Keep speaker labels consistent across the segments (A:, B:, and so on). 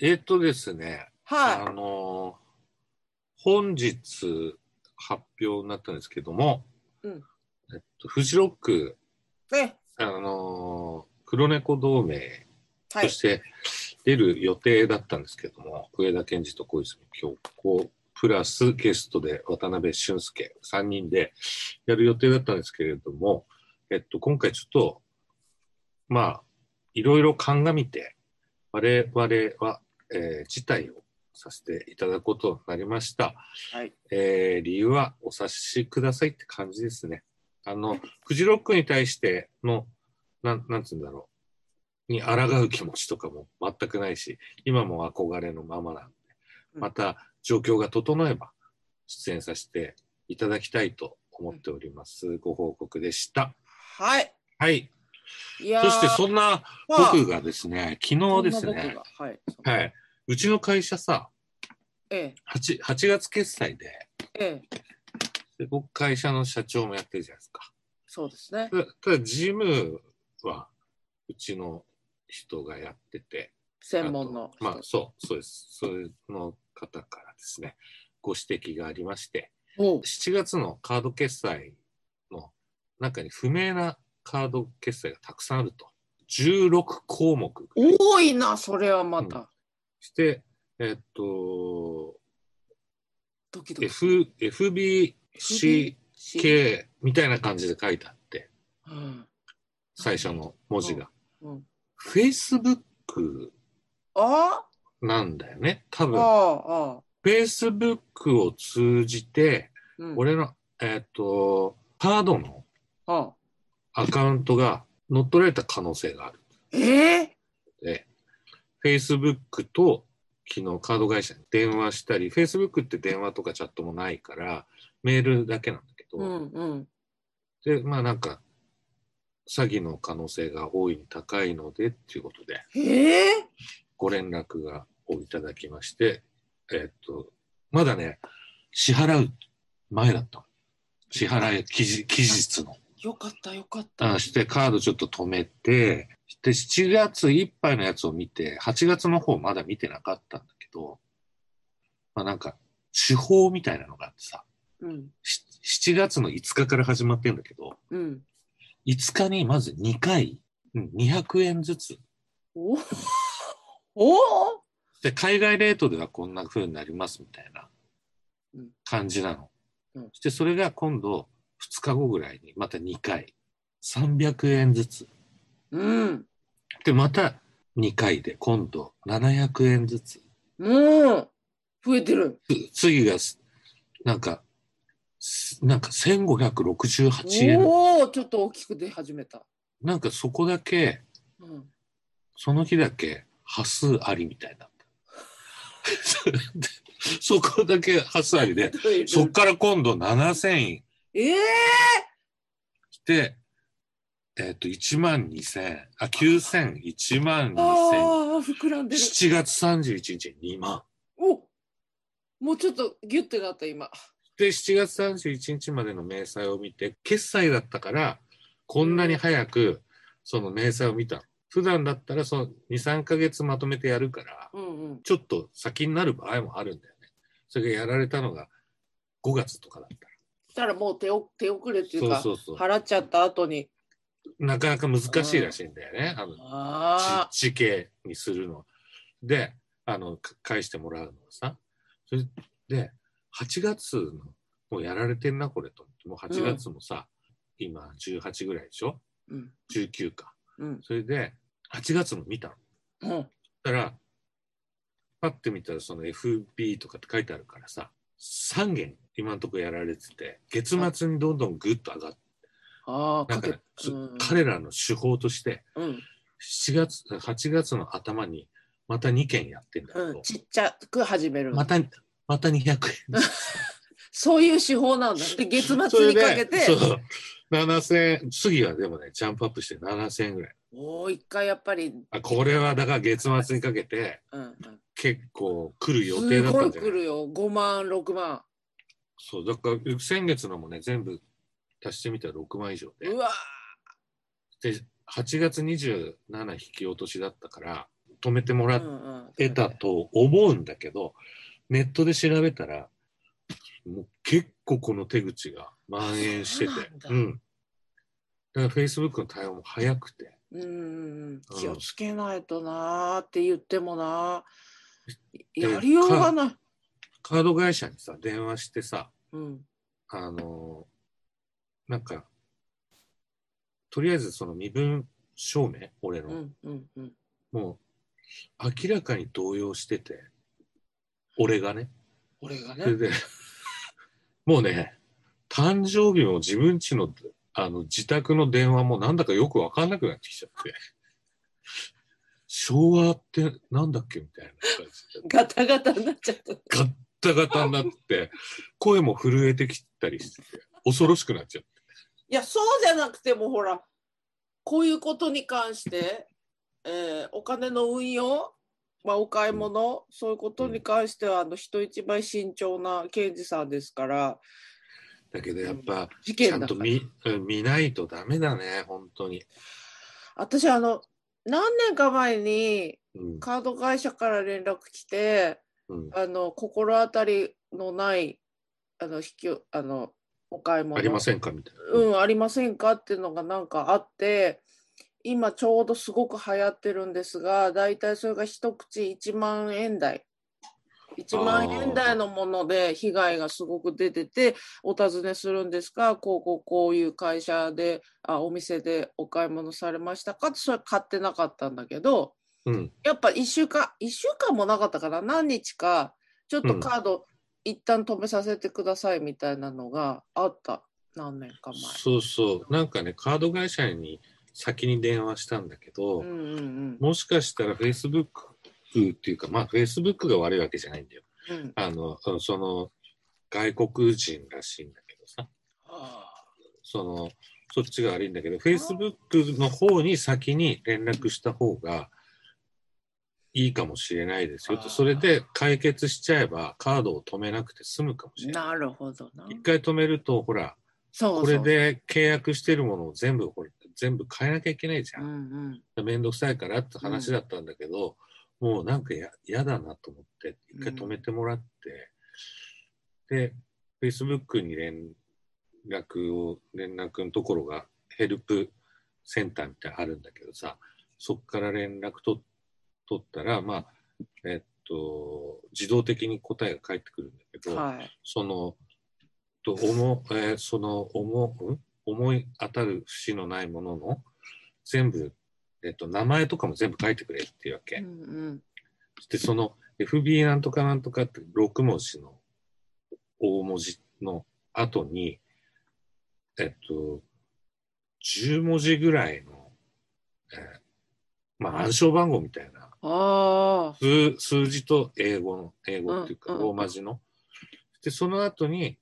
A: えっとですね、
B: は
A: あの本日発表になったんですけども、
B: うん
A: えっと、フジロック、
B: い。ね。
A: あの黒猫同盟
B: は
A: と
B: い。
A: して出る予定だったんですけども、上田健二と小泉京子プラスゲストで渡辺俊介3人でやる予定だったんですけれども、えっと、今回ちょっとまあいろいろ鑑みて我々は、えー辞退をさせていただくことになりました。
B: はい。
A: えー理由はお察しくださいって感じですね。あの、フジロックに対しての、なん、なんつうんだろう。に抗う気持ちとかも全くないし、今も憧れのままなんで、
B: うん
A: また状況が整えば出演させていただきたいと思っております。ご報告でした。
B: はい。
A: はい。
B: いやー
A: そしてそんな
B: まあ
A: 僕がですね、昨日です
B: そんな僕
A: ね
B: が、はい。
A: はい。うちの会社さ、
B: ええ。
A: 8, 8月決済で、
B: ええ。
A: で僕会社の社長もやってるじゃないですか。
B: そうですね。
A: ただただジムはうちの人がやってて
B: 専門の
A: あと
B: 人。
A: まあそうそうですそれの方からですねご指摘がありまして
B: おう
A: 7月のカード決済の中に不明なカード決済がたくさんあると16項目
B: 多いな、それはまた。
A: してえっと
B: ドキドキ。
A: F FBCK みたいな感じで書いてあって
B: うん。
A: 最初の文字が
B: うん。
A: Facebook
B: あ
A: なんだよね多
B: あ。
A: 分
B: ああ。
A: フェイスブックを通じて、
B: うん。
A: 俺の、えーっ、と、カードの
B: ああ。
A: アカウントが乗っ取られた可能性がある
B: ええ。
A: ので、フェイスブックと昨日カード会社に電話したり、フェイスブックって電話とかチャットもないから、メールだけなんだけど、
B: うんうん。
A: で、まあなんか、詐欺の可能性が大いに高いのでっていうことで、
B: ええ。
A: ご連絡がをいただきまして、えーっと、まだね、支払う前だったの。支払い期日期日の。
B: よかった、よかった。
A: あして、カードちょっと止めて、で、7月いっぱいのやつを見て、8月の方まだ見てなかったんだけど、まあなんか、手法みたいなのがあってさ、
B: うん。
A: し7月の5日から始まってんだけど、
B: うん。
A: 5日にまず2回、うん200円ずつ
B: おお。 おお。
A: で海外レートではこんな風になりますみたいな
B: うん
A: 感じなの。
B: うん
A: そしてそれが今度2日後ぐらいにまた2回300円ずつ
B: うん。
A: でまた2回で今度700円ずつ
B: もう。増えてる。
A: つ次がすなんかすなんか1568円
B: おお、ちょっと大きく出始めた。
A: なんかそこだけ
B: うん。
A: その日だけ端数ありみたい な そこだけ端数ありでそっから今度7000円
B: ええ
A: で、えっ、と、1万2000、あ、9000、1万2000、
B: ああ、膨らんでる。
A: 7月31日に2万。
B: おもうちょっとギュッてなった今。
A: で、7月31日までの明細を見て、決済だったから、こんなに早く、その明細を見た。普段だったら、その2、3ヶ月まとめてやるから、
B: うんうん。
A: ちょっと先になる場合もあるんだよね。それがやられたのが5月とかだった
B: したらもう手お手遅れっていう
A: ら。
B: か
A: そうそうそ
B: 払っちゃった後に。
A: う。なかなか難しいらしいんだよね。あの
B: ああ。
A: 地地形にするの。で、あの、か返してもらうのさ。それで、8月の、もうやられてんな、これと思って。もう8月もさ、今18ぐらいでしょ
B: うん。
A: ?19 か。
B: うん。
A: それで、8月も見たの。
B: うん。
A: だから、パッて見たらその FB とかって書いてあるからさ、3件今のところやられてて、月末にどんどんぐっと上がって、
B: ああ、
A: なん
B: か
A: か
B: け
A: ね、そ
B: うん
A: 彼らの手法として、
B: うん。
A: 7月、8月の頭にまた2件やってんだけ
B: う
A: ど
B: ん。、ちっちゃく始める。
A: また、また200円。
B: そういう手法なんだ。で、月末にかけて
A: そ、れでそう。7000円、次はでもね、ジャンプアップして7000円ぐらい。
B: おお、一回やっぱり、
A: あこれはだから月末にかけて
B: うんうん。
A: 結構来る予定
B: す
A: だった
B: ご
A: ん
B: い
A: じゃ
B: 来
A: ない
B: るよ。5万、6万。
A: そう、だから先月のもね、全部足してみたら6万以上で
B: う。わ
A: で、8月27引き落としだったから、止めてもらっ
B: うん
A: 得たと思うんだけど、ネットで調べたら、もう結構この手口が蔓延してて
B: そうなん、だ
A: うん。だから Facebook の対応も早くて、
B: うん、気をつけないとなーって言ってもなー、
A: で
B: やりようがない。
A: カード会社にさ、電話してさ、
B: うん、
A: あのーなんか、とりあえずその身分証明、俺
B: う
A: の、
B: ん、うん、うん。
A: もう明らかに動揺してて、俺がね、
B: 俺が
A: それ
B: ね。
A: で、もうね、誕生日も自分家の、あの、自宅の電話もなんだかよくわかんなくなってきちゃって。昭和ってなんだっけみたいな感じで。
B: ガタガタになっちゃった。
A: ガッタガタになって、声も震えてきたりしてて、恐ろしくなっちゃって。
B: いやそうじゃなくてもほらこういうことに関して、えーお金の運用、まあ、お買い物、そういうことに関してはあの人一倍慎重な検事さんですから
A: だけどやっぱ、
B: 事
A: ちゃ
B: 件
A: ん
B: だか
A: と
B: ら
A: 見、うん見ないとダメだね、本当に。
B: 私あの何年か前に
A: うん。
B: カード会社から連絡来て
A: うん、
B: あの心当たりのないあの引きをあのお買い物
A: ありませんかみたいな。
B: うん、ありませんかっていうのがなんかあって、今ちょうどすごく流行ってるんですが、だいたいそれが一口1万円台。1万円台のもので被害がすごく出てて、お尋ねするんですが、こうこうこういう会社で、あお店でお買い物されましたかって、それ買ってなかったんだけど、
A: うん。
B: やっぱ1週間、1週間もなかったかな、何日か、ちょっとカード、一旦止めさせてくださいみたいなのがあった、何年か
A: そうそう。なんかね、カード会社に先に電話したんだけど、
B: 前。うんうんうん
A: もしかしたら Facebook っていうか、まあ Facebook が悪いわけじゃないんだよ。
B: うん。
A: あの、うんその、外国人らしいんだけどさ、その、そっちが悪いんだけど、Facebook の方に先に連絡した方がいいかもしれないですよ
B: あ
A: と。
B: ー
A: それで解決しちゃえばカードを止めなくて済むかもしれない。
B: なるほどな。
A: 一回止めると、ほら、
B: そうそう
A: これ。で契約してるものを全部、これ全部変えなきゃいけないじゃ
B: うんうん。
A: めんどくさいからって話だったんだけど、もうなんかや嫌だなと思って、一回止めてもらって、で、Facebook に連絡を、連絡のところがヘルプセンターみたいなのあるんだけどさ、そっから連絡と取ったら、まあ、えっと、自動的に答えが返ってくるんだけど、
B: はい。
A: その、と思う、えーその思う、ん思い当たる節のないものの、全部、えっと、名前とかも全部書いてくれっていうわけ。
B: うんうん。
A: で、その FB なんとかなんとかって6文字の大文字の後に、えっと、10文字ぐらいの、えーまあ暗証番号みたいな
B: ああ。
A: 数数字と英語の、英語っていうか、
B: うんうん
A: ローマ字の。で、その後に、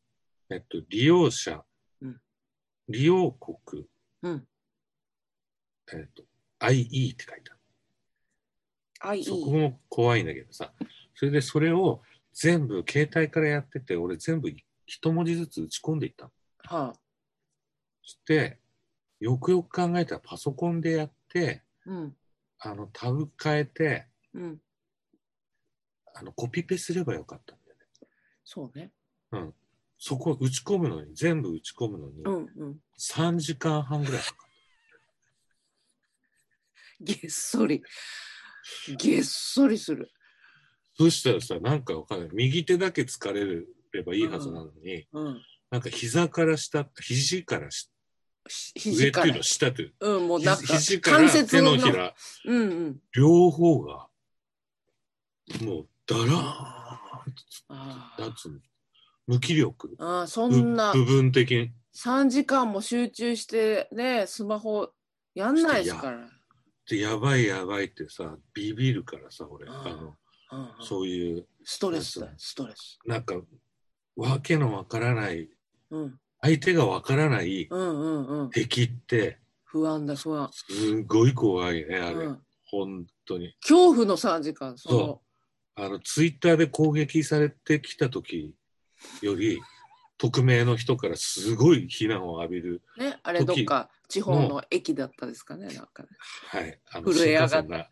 A: えっと、利用者、
B: うん
A: 利用国、
B: うん。
A: えっと、IE って書いてある。
B: あ、いい。
A: そこも怖いんだけどさ。それで、それを全部、携帯からやってて、俺全部一文字ずつ打ち込んでいったの。
B: はあ。
A: そして、よくよく考えたらパソコンでやって、
B: うん。
A: あの、タブ変えて、
B: うん。
A: あの、コピペすればよかったんだよね。
B: そうね。
A: そこ打ち込むのに、全部打ち込むのに、
B: うんうん。
A: 3時間半ぐらい。
B: げっそり。げっそりする。
A: そしたらさ、なんかわかんない。右手だけ疲れればいいはずなのに、
B: うん。
A: なんか膝から下、肘からし
B: し
A: 上
B: 肘
A: って
B: か
A: いう
B: ら
A: の。下という。
B: うん、もうなん
A: ひ
B: か
A: 肘か
B: 関
A: ら手
B: 節
A: の
B: の。
A: ひら、
B: うんうん。
A: 両方が、もう、だら
B: あ
A: ーん、
B: ー
A: なんつうの、無気力。
B: あー、そ
A: ぶ
B: んな
A: 部分的に。
B: 3時間も集中してね、スマホやんないですから。
A: で、やばいやばいってさ、ビビるからさ、俺、
B: うん
A: あの、
B: うんうん
A: そういう、
B: ストレスだよ、ストレス。
A: なんか、わけのわからない、
B: うん。
A: 相手がわからない
B: うんうんうん。
A: 敵って、
B: 不安だ、不安。
A: すごい怖いね、あれ。
B: うん
A: 本当に。
B: 恐怖の3時間その
A: そあの、ツイッターで攻撃されてきた時より、匿名の人からすごい非難を浴びる。
B: ねあれどっか地方の駅だったですかね、なん かね。
A: はい。あの
B: 震
A: 新
B: え上
A: 幹
B: がっ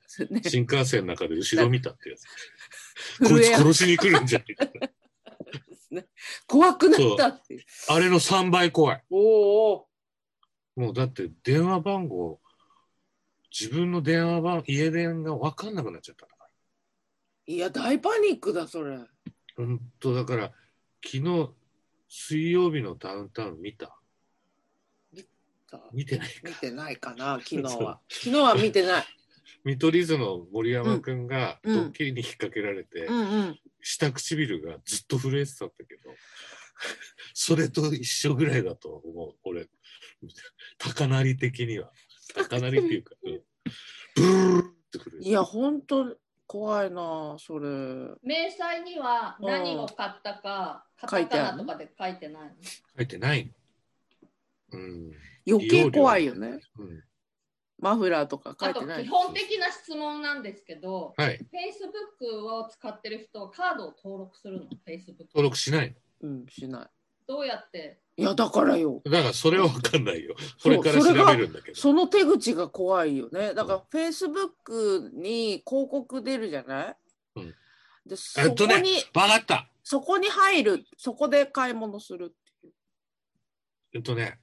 A: 線な
B: ね
A: 新幹線の中で後ろ見たってやつ。こ
B: 震
A: いつ
B: え上 がっ
A: 殺しに来るんじゃないか。
B: 怖くなったっていう。
A: あれの3倍怖い。
B: おーお
A: もうだって電話番号、自分の電話番、家電が分かんなくなっちゃった。
B: ーいや、大パニックだ、それ。
A: 本当だから、昨日、水曜日のダウンタウン見た見てない
B: 見てないかな、昨日
A: そう
B: は。昨日は見て ない。
A: 見取り図の森山くんが
B: う
A: ド
B: ん
A: ッキリに引っ掛けられて、
B: うんうん。
A: 下唇がずっと震えてたんだけど、 それと一緒ぐらいだと思う、俺。高鳴り的には。高鳴りって いうか、うんブルーって震え
B: い
A: て
B: や、本当怖いな、それ。
C: 明細には何を買ったか、
B: 書
C: カ
B: いてあ
C: タカ
B: る
C: ナとかで書いてないの。
A: 書いてない。うん。
B: 余計怖いよね。
A: うん、
B: マフラーとか書
C: あ
B: い
C: と
B: てない
C: 基。本的な質問なんですけど、
A: はい。
C: Facebook を使ってる人、カードを登録するの、Facebook。
A: 登録しない
B: うん、しな
C: どうやって
B: い。いや、だからよ。
A: の。だからそれは分かんないよ。こ
B: そう
A: れから調べるんだけど。
B: その手口が怖いよね。だから、Facebook に広告出るじゃない、
A: うん
B: で、そこ
A: とね
B: に、
A: 分かった
B: そこに入る、そこで買い物するっていう。
A: えっとね、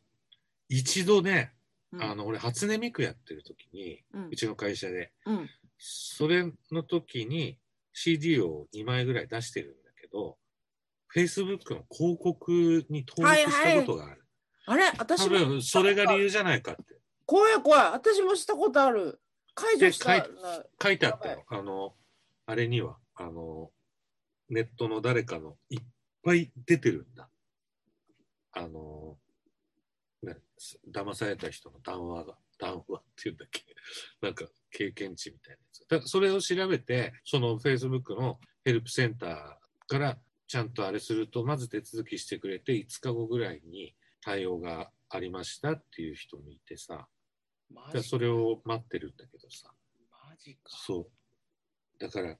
A: 一度ね、
B: うん
A: あの、俺、初音ミクやってる時に、
B: うん
A: うちの会社で、
B: うん
A: それの時に CD を2枚ぐらい出してるんだけど、Facebook の広告に登録したことがある。
B: あれ私
A: 多
B: も
A: 分、それが理由じゃないかって
B: 怖い怖い。私もしたことある。解除した
A: で
B: な
A: 解。書いてあったよ。あの、あれには、あの、ネットの誰かのいっぱい出てるんだ。あの、ね、す騙された人の談話が、談話っていうんだっけ。 なんか経験値みたいなやつ。だそれを調べて、その Facebook のヘルプセンターからちゃんとあれすると、まず手続きしてくれて、5日後ぐらいに対応がありましたっていう人もいてさ、だか
B: マ
A: ら
B: ジ
A: それを待ってるんだけどさ。
B: マジか。
A: そう。だから、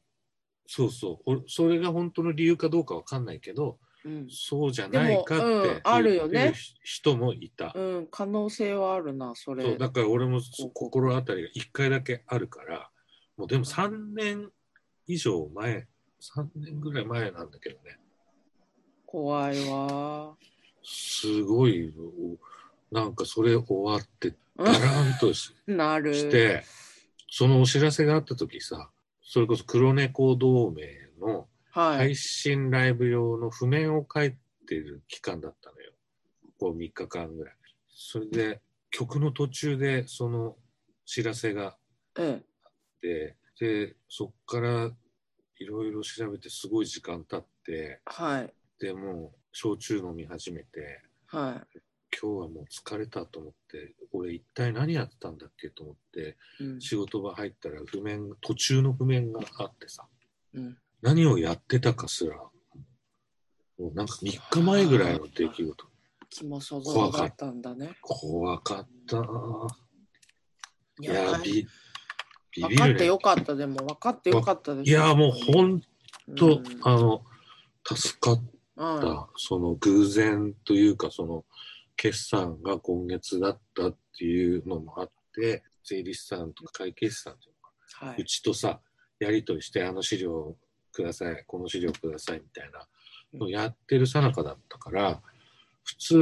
A: そうそう。おそれが本当の理由かどうかわかんないけど、
B: うん。
A: そうじゃないかって
B: でもうん
A: いう
B: あるよね
A: いう人もいた。
B: うん、可能性はあるな、それ。
A: そうだから俺もそ
B: こう
A: 心当たりが1回だけあるから、もうでも3年以上前、3年ぐらい前なんだけどね、
B: 怖いわ。
A: すごい、おなんかそれ終わって、
B: う
A: だ
B: ん
A: らんとし
B: なる。
A: して、そのお知らせがあった時さ、それこそ黒猫同盟の、
B: はい。
A: 配信ライブ用の譜面を書いてる期間だったのよ。こう3日間ぐらい。それで曲の途中でその知らせがあっ
B: ええ、
A: て、で、そっからいろいろ調べてすごい時間経って、
B: はい。
A: でもう焼酎飲み始めて、
B: は
A: 今日はもう疲れたと思って、俺一体何やってたんだっけと思って、
B: い。うん。
A: 仕事場入ったら譜面、途中の譜面があってさ、
B: うん、
A: 何をやってたかすら、もうなんか3日前ぐらいの出来事。
B: 気も想像だったんだね。
A: 怖かったなぁい
B: い
A: やー、
B: 分
A: び、ビビ
B: か
A: る
B: って
A: ね
B: よ。かった、でも分かってよかったです。
A: いやー、もうほん
B: うん、
A: と、あの、助かっ
B: うん、
A: た。その偶然というか、その、決算が今月だったっていうのもあって、税理士さんとか会計士さんとか、
B: は
A: う
B: い。
A: ちとさ、やりとりして、あの資料ください、この資料くださいみたいなのをやってるさなかだったから、普通、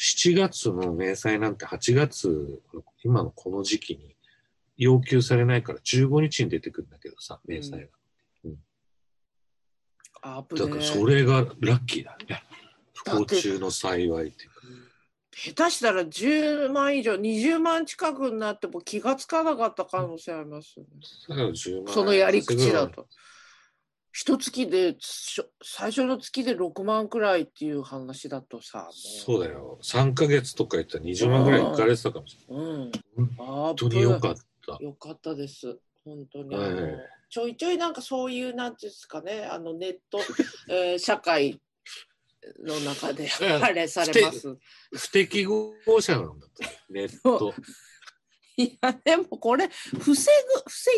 A: 7月の明細なんて8月の今のこの時期に要求されないから15日に出てくるんだけどさ、明細が。
B: あぶ
A: だ
B: ね
A: から
B: え
A: それがラッキーだね。不
B: だっ
A: 幸
B: て
A: 中の幸いっていうか。
B: 下手したら10万以上、20万近くになっても気がつかなかった可能性ありますよね、
A: だから10万
B: そのやり口だ。と。一月でしょ最初の月で6万くらいっていう話だとさ、も
A: そうだよ。3ヶ月とか言ったら20万ぐらいいかれてたかもしれない。
B: うん。
A: 本
B: 本
A: 当によかった。
B: よかったです。本当に、
A: はい
B: あのちょいちょいなんかそういうなんていうんですかね、あのネット、 えー社会の中で
A: うん
B: あれされます。
A: 不適合者なんだと思 う。ネット。
B: いやでもこれ防ぐ防ぎ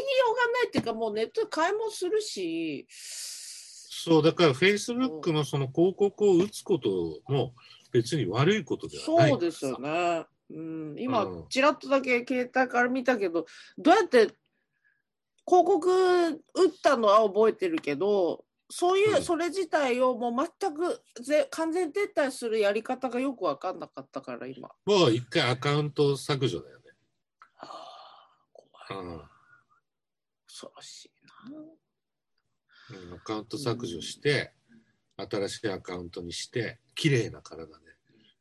B: ようがないっていうかもうネットで買い物するし、
A: そう、だから Facebook のその広告を打つことも別に悪いことではない。
B: そうですよね。うん、今
A: うん、
B: ちらっとだけ携帯から見たけど、どうやって広告打ったのは覚えてるけど、そういうう、
A: ん
B: それ自体をもう全くぜ完全撤退するやり方がよく分かんなかったから、今。
A: もう一回アカウント削除だよね。
B: 怖い。
A: うん
B: 恐ろしい
A: うんアカウント削除して、新しいアカウントにして、綺麗な体で、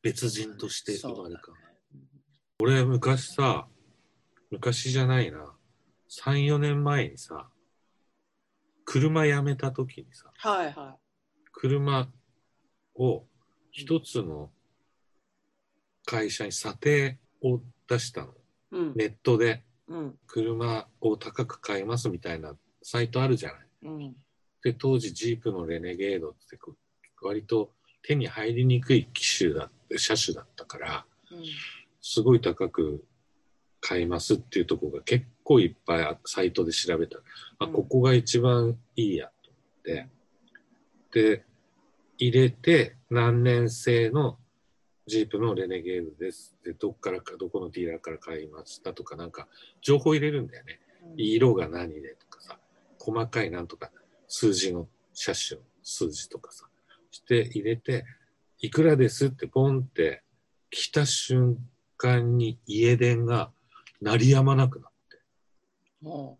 A: 別人としていくのあれか。俺、昔さ、昔じゃないな、3、4年前にさ、車辞めた時にさ、
B: な。はいは
A: 車を一つの会社に査定を出したの。
B: い。うん。
A: ネットで
B: うん。
A: 車を高く買いますみたいなサイトあるじゃない。
B: うん。
A: で当時ジープのレネゲードってこう割と手に入りにくい機種だ車種だったからすごい高く買いますっていうところが結構いっぱいサイトで調べたら、あ
B: うん
A: ここが一番いいやと思ってで入れて何年製のジープのレネゲードですでどっからかどこのディーラーから買いましたとかなんか情報入れるんだよね色が何でとかさ細かいなんとか数字の車種の数字とかさして入れていくらですってポンって来た瞬間に家電が鳴りやまなくなって
B: も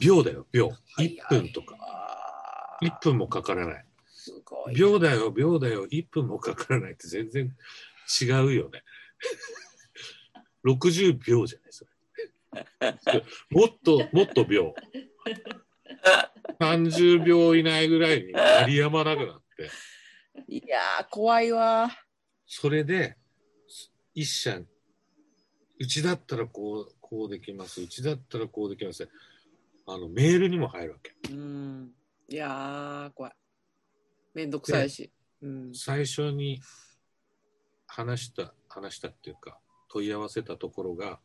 A: 秒だよ秒
B: う
A: 1分とか
B: か
A: 1分もかからない
B: すごい。
A: 秒だよ秒だよ1分もかからないって全然違うよね60秒じゃないそれもっともっと秒30秒以内ぐらいに鳴りやまなくなって
B: いやー、怖いわ。
A: それで一社うちだったらこうこうできますうちだったらこうできますあのメールにも入るわけ
B: うん。いやー、怖い。めんどくさいし。うん。
A: 最初に話した話したっていうか問い合わせたところが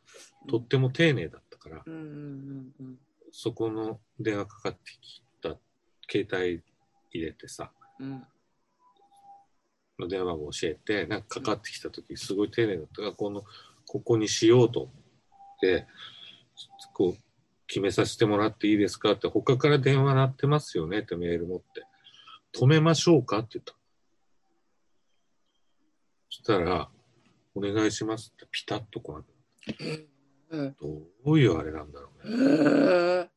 A: とっても丁寧だったから
B: うんうんうんうん
A: そこの電話かかってきた携帯入れてさ
B: うん
A: の電話番号教えてなんかかかってきた時すごい丁寧だったからこのここにしようと思ってこう決めさせてもらっていいですかって他から電話鳴ってますよねってメール持って止めましょうかって言ったそしたら「お願いします」ってピタッと来なく
B: うん。
A: てどういうあれなんだろう
B: へ
A: ね
B: ー。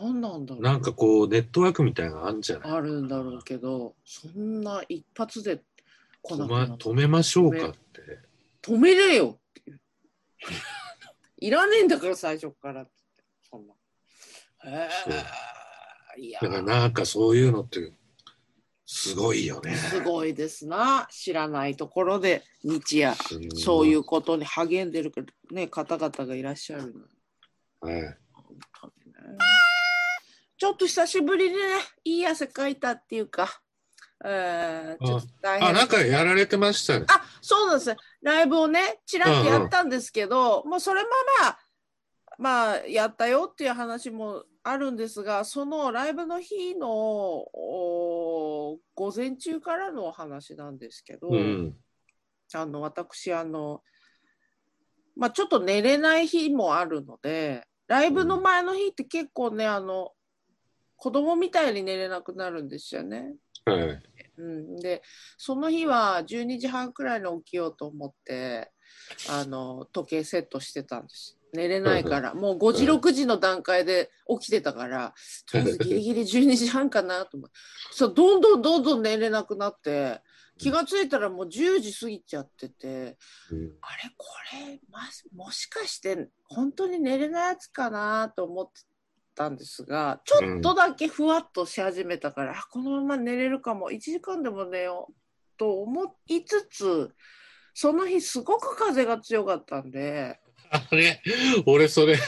B: なんなんだろう。
A: なんかこうネットワークみたいなのあるんじゃない
B: あるんだろうけど、そんな一発で来な
A: 止
B: くな
A: ま
B: る
A: 止めましょうかって
B: 止めれよ っていういらねえんだから最初からってそんな。へえ。いやー
A: だからなんかそういうのってすごいよね
B: すごいですな知らないところで日夜
A: すんご
B: そういうことに励んでる、ね、方々がいらっしゃるの
A: はい、
B: 本当にねちょっと久しぶりにねいい汗かいたっていうか、えー、ちょっと大変
A: あなんかやられてましたね。
B: あそうなんですライブをねちらっとやったんですけど、もうそれもまあまあやったよっていう話もあるんですがそのライブの日のお午前中からのお話なんですけど、
A: うん、
B: あの私あの、まあ、ちょっと寝れない日もあるのでライブの前の日って結構ねあの子供みたいに寝れなくなるんですよね。
A: はい、
B: うん、でその日は12時半くらいに起きようと思ってあの時計セットしてたんです寝れないからもう5時
A: うん
B: 6時の段階で起きてたからとりあえずギリギリ12時半かなと思ってそうどんどんどんどん寝れなくなって気がついたらもう10時過ぎちゃってて
A: うん
B: あれこれ、ま、もしかして本当に寝れないやつかなと思ってたんですがちょっとだけふわっとし始めたから、あこのまま寝れるかも1時間でも寝ようと思いつつその日すごく風が強かったんで
A: あれ、俺それ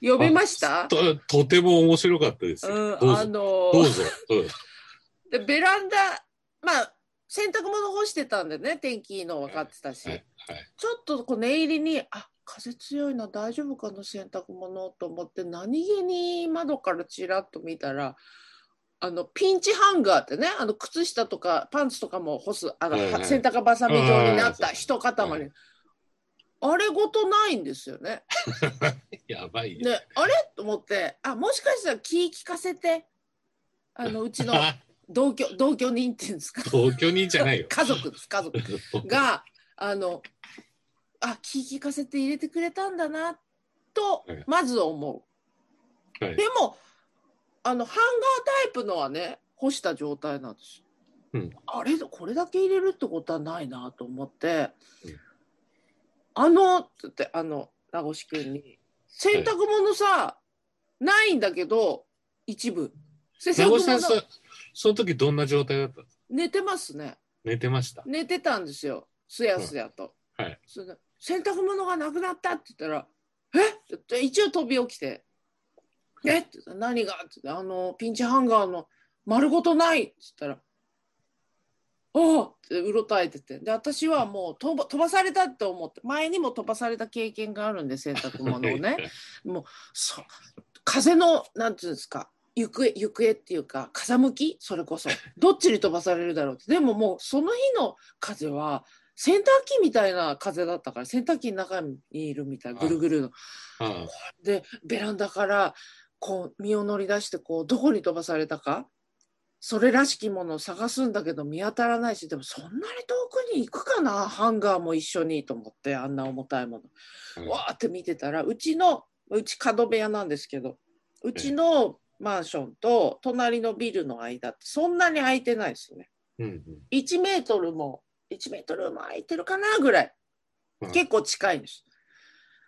B: 呼びました
A: ととても面白かったですよ。
B: う
A: ど
B: ん、
A: う
B: あ
A: ぞ、
B: の
A: どうぞ、うん
B: でベランダまあ洗濯物干してたんでね天気いいの分かってたし、
A: はい
B: ちょっとこう寝入りにあ風強いな大丈夫かな洗濯物と思って何気に窓からちらっと見たらあのピンチハンガーってねあの靴下とかパンツとかも干すあの、
A: はいはい
B: 洗濯ばさみ状になっ
A: あ
B: た
A: ー
B: 一塊、
A: はい
B: あれごとないんですよね。
A: やばい
B: で
A: よ。
B: あれと思ってあもしかしたら気聞かせてあのうちの同居同居人っていうんですか
A: 東京にじゃないよ。
B: 家族です家族があのあ気聞かせて入れてくれたんだなと
A: はい
B: まず思う。
A: はい
B: でもあのハンガータイプのはね干した状態なんですよ、
A: うん
B: あれこれだけ入れるってことはないなと思って「
A: うん
B: あの」って言ってあの名越君に「洗濯物さ、ないんだけど一部洗
A: 名
B: 濯
A: 越さん
B: 物
A: そその時どんな状態だったんですか
B: 寝てますね
A: 寝てました。
B: 寝てたんですよすやすやと、
A: うんはい
B: それで洗濯物がなくなった」って言ったら「えっ?」て言って一応飛び起きて「えっ?」て言ったら何が?」って言って「あのピンチハンガーの丸ごとない」って言ったら「おお!」ってうろたえててで私はもう飛ば飛ばされたって思って前にも飛ばされた経験があるんで洗濯物をね。そう風のなんていうんですか行方行方っていうか風向きそれこそどっちに飛ばされるだろうってでももうその日の風は洗濯機みたいな風だったから洗濯機の中にいるみたいなぐるぐるの。
A: あ
B: でベランダからこう身を乗り出してこうどこに飛ばされたかそれらしきものを探すんだけど見当たらないしでもそんなに遠くに行くかなハンガーも一緒にと思ってあんな重たいもの。
A: あ
B: わーって見てたらうちのうち角部屋なんですけどうちのマンションと隣のビルの間ってそんなに空いてないですよね
A: うんうん
B: 1メートルも1メートルも空いてるかなぐらい
A: うん
B: 結構近いんです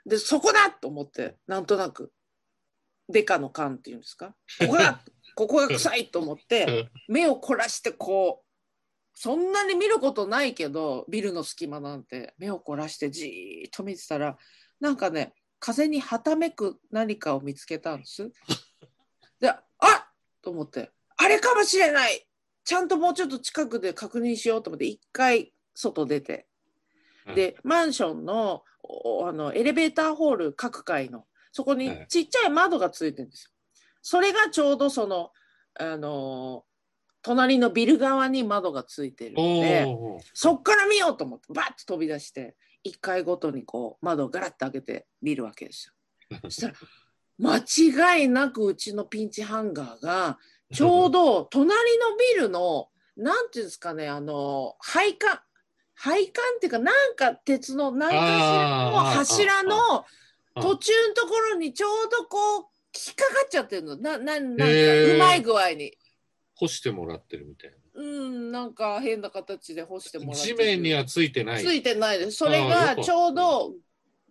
B: でそこだと思ってなんとなくデカの缶っていうんですかここ だここが臭いと思って目を凝らしてこうそんなに見ることないけどビルの隙間なんて目を凝らしてじーっと見てたらなんかね風にはためく何かを見つけたんです。であっと思ってあれかもしれないちゃんともうちょっと近くで確認しようと思って一回外出てでマンションのおあのエレベーターホール各階のそこに
A: はい
B: ちっちゃい窓がついてるんですよ。それがちょうどその、あのー隣のビル側に窓がついてるん
A: お
B: で。
A: お
B: そっから見ようと思ってバッと飛び出して1回ごとにこう窓をガラッと開けて見るわけですよ。そ したら間違いなくうちのピンチハンガーがちょうど隣のビルのなんていうんですかねあの配管配管っていうかなんか鉄の何かしらの
A: あー
B: 柱の
A: あー
B: 途中のところにちょうどこう引っかかっちゃってるのなななんか
A: へー
B: うまい具合に。
A: 干してもらってるみたい
B: うん、なんか変な形で干しても
A: な。
B: らって
A: 地
B: る
A: 面にはついてな
B: つ
A: い。
B: いてないです。それ
A: あーよかっ
B: が
A: た
B: ちょうど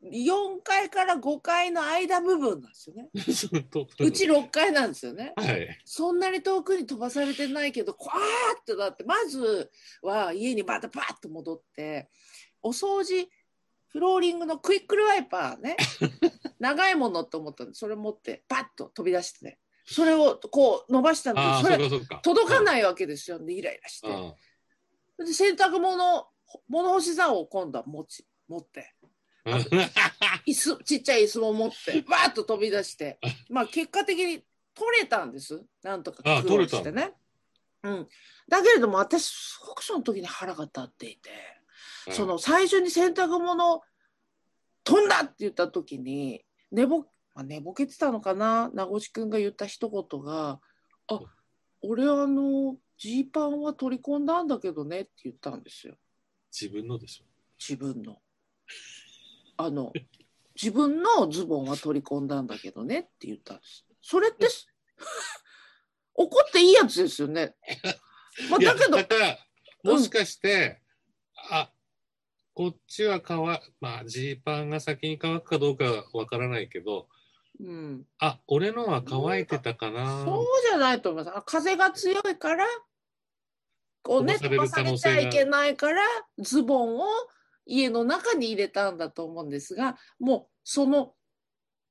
B: 4階から5階の間部分なんですよね。 うち6階なんですよね。
A: はい。
B: そんなに遠くに飛ばされてないけど、こわーってなって、まずは家にまたバーッと戻って、お掃除、フローリングのクイックルワイパーね、長いものと思ったんで、それ持って、バッと飛び出してね、それをこう伸ばしたん
A: ああ、そ
B: で、そうれ
A: かそうか。
B: 届か
A: い。
B: ないわけですよね、イライラして。
A: あ
B: で洗濯物物干し竿を今度は持ち持って
A: あ
B: 椅子ちっちゃい椅子も持ってバーッと飛び出してまあ結果的に取れたんですなんとか
A: あ
B: 苦労してね。うん、だけれども私すごくその時に腹が立っていて、そ。の最初に洗濯物飛んだって言った時に寝ぼ,、まあ、寝ぼけてたのかな名越くんが言った一言が「あ俺あのジーパンは取り込んだんだけどね」って言ったんですよ。
A: 自分のでしょ。
B: 自分のあの自分のズボンは取り込んだんだけどねって言ったんですそれってす 怒っていいやつですよね、まあ、
A: いや
B: だけど
A: だから、もしかして、あ、こっちは乾、まあ、ジーパンが先に乾くかどうかわからないけど、
B: うん、
A: あ、俺のは乾いてたかな。
B: そうじゃないと思いますあ風が強いからこうね飛
A: 飛
B: ば
A: ば
B: さ
A: され
B: れ
A: る
B: ちゃ
A: 可
B: い
A: 能性が
B: けないからズボンを家の中に入れたんだと思うんですがもうその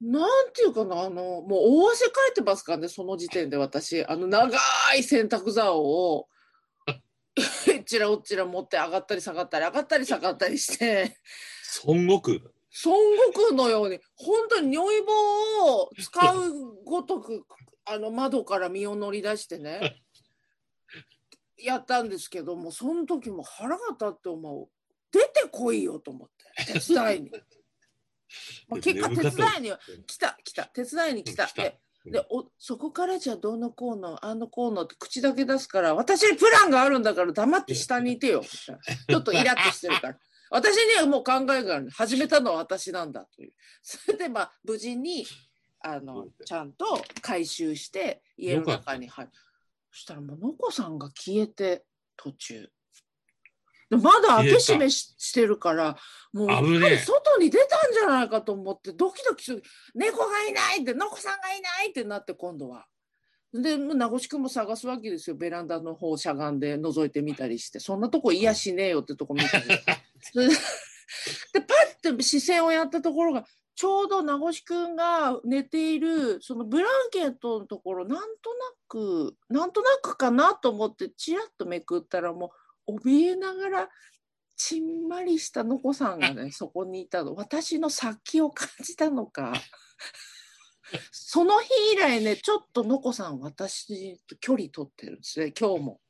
B: なんていうかなあのもう大汗かいてますからねその時点で私あの長い洗濯 竿をえっちらおっちら持って上がったり下がったり上がったり下がったりして
A: 孫悟空。
B: 孫悟空のように本当に 尿意棒を使うごとくあの窓から身を乗り出してねやったんですけどもその時も腹が立って思う出てこいよと思って手伝い にまあ結果
A: 眠
B: 手
A: か
B: 伝
A: った
B: いには来た来た手伝いに来た
A: 来た
B: で
A: うん
B: でおそこからじゃどうのこうのあのこうのって口だけ出すから私にプランがあるんだから黙って下にいてよみたいなちょっとイラッとしてるから私にはもう考えがある始めたのは私なんだというそれでまあ無事にあのちゃんと回収して家の中に入るそしたらもうのこさんが消えて途中でまだ開け閉めししてるからもうやっぱ
A: 危ねえ
B: り外に出たんじゃないかと思ってドキドキする猫がいないってのこさんがいないってなって今度は。でもう名越くんも探すわけですよベランダの方しゃがんで覗いてみたりしてそんなとこいやしねえよってとこ見たりそれででパッて視線をやったところがちょうど名越くんが寝ているそのブランケットのところなんとなくなんとなくかなと思ってちらっとめくったらもう怯えながらちんまりしたのこさんがねそこにいたの私の殺気を感じたのかその日以来ねちょっとのこさん私と距離取ってるんですね今日も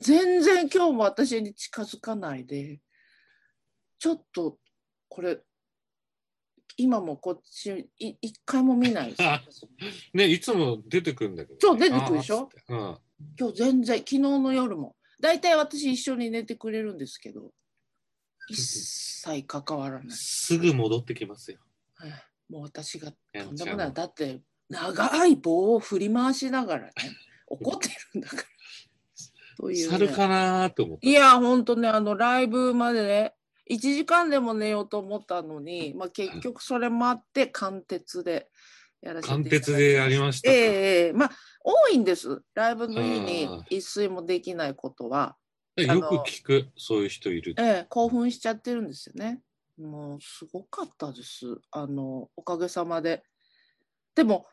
B: 全然今日も私に近づかないでちょっとこれ今もこっちい一回も見ないです私
A: ね、いつも出てくるんだけど、
B: そう出てくるでしょ
A: あーつってうん。
B: 今日全然昨日の夜も大体私一緒に寝てくれるんですけど一切関わらない
A: すぐ戻ってきますよ。
B: はいもう私が
A: や
B: と
A: ん
B: んで
A: ちゃ
B: も
A: ん
B: ない
A: は
B: だって長い棒を振り回し ながらね怒ってるんだからというね、
A: 猿かなーと思って。
B: いやほんとねあのライブまでね1時間でも寝ようと思ったのに、まあ、結局それもあって貫徹でやらせていた
A: 貫
B: だき
A: 徹でやりましたか。
B: ええええまあ多いんですライブの日に
A: ああ
B: 一睡もできないことは。あの
A: よく聞く、そういう人いる。
B: ええ、興奮しちゃってるんですよね。もうすごかったです。あの、おかげさまで。でも、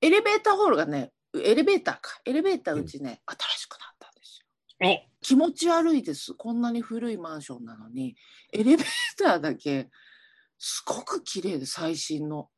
B: エレベーターホールがね、エレベーターか、エレベーターうちね、新しくなったんですよ。
A: お
B: 気持ち悪いです。こんなに古いマンションなのに、エレベーターだけ、すごく綺麗で、最新の。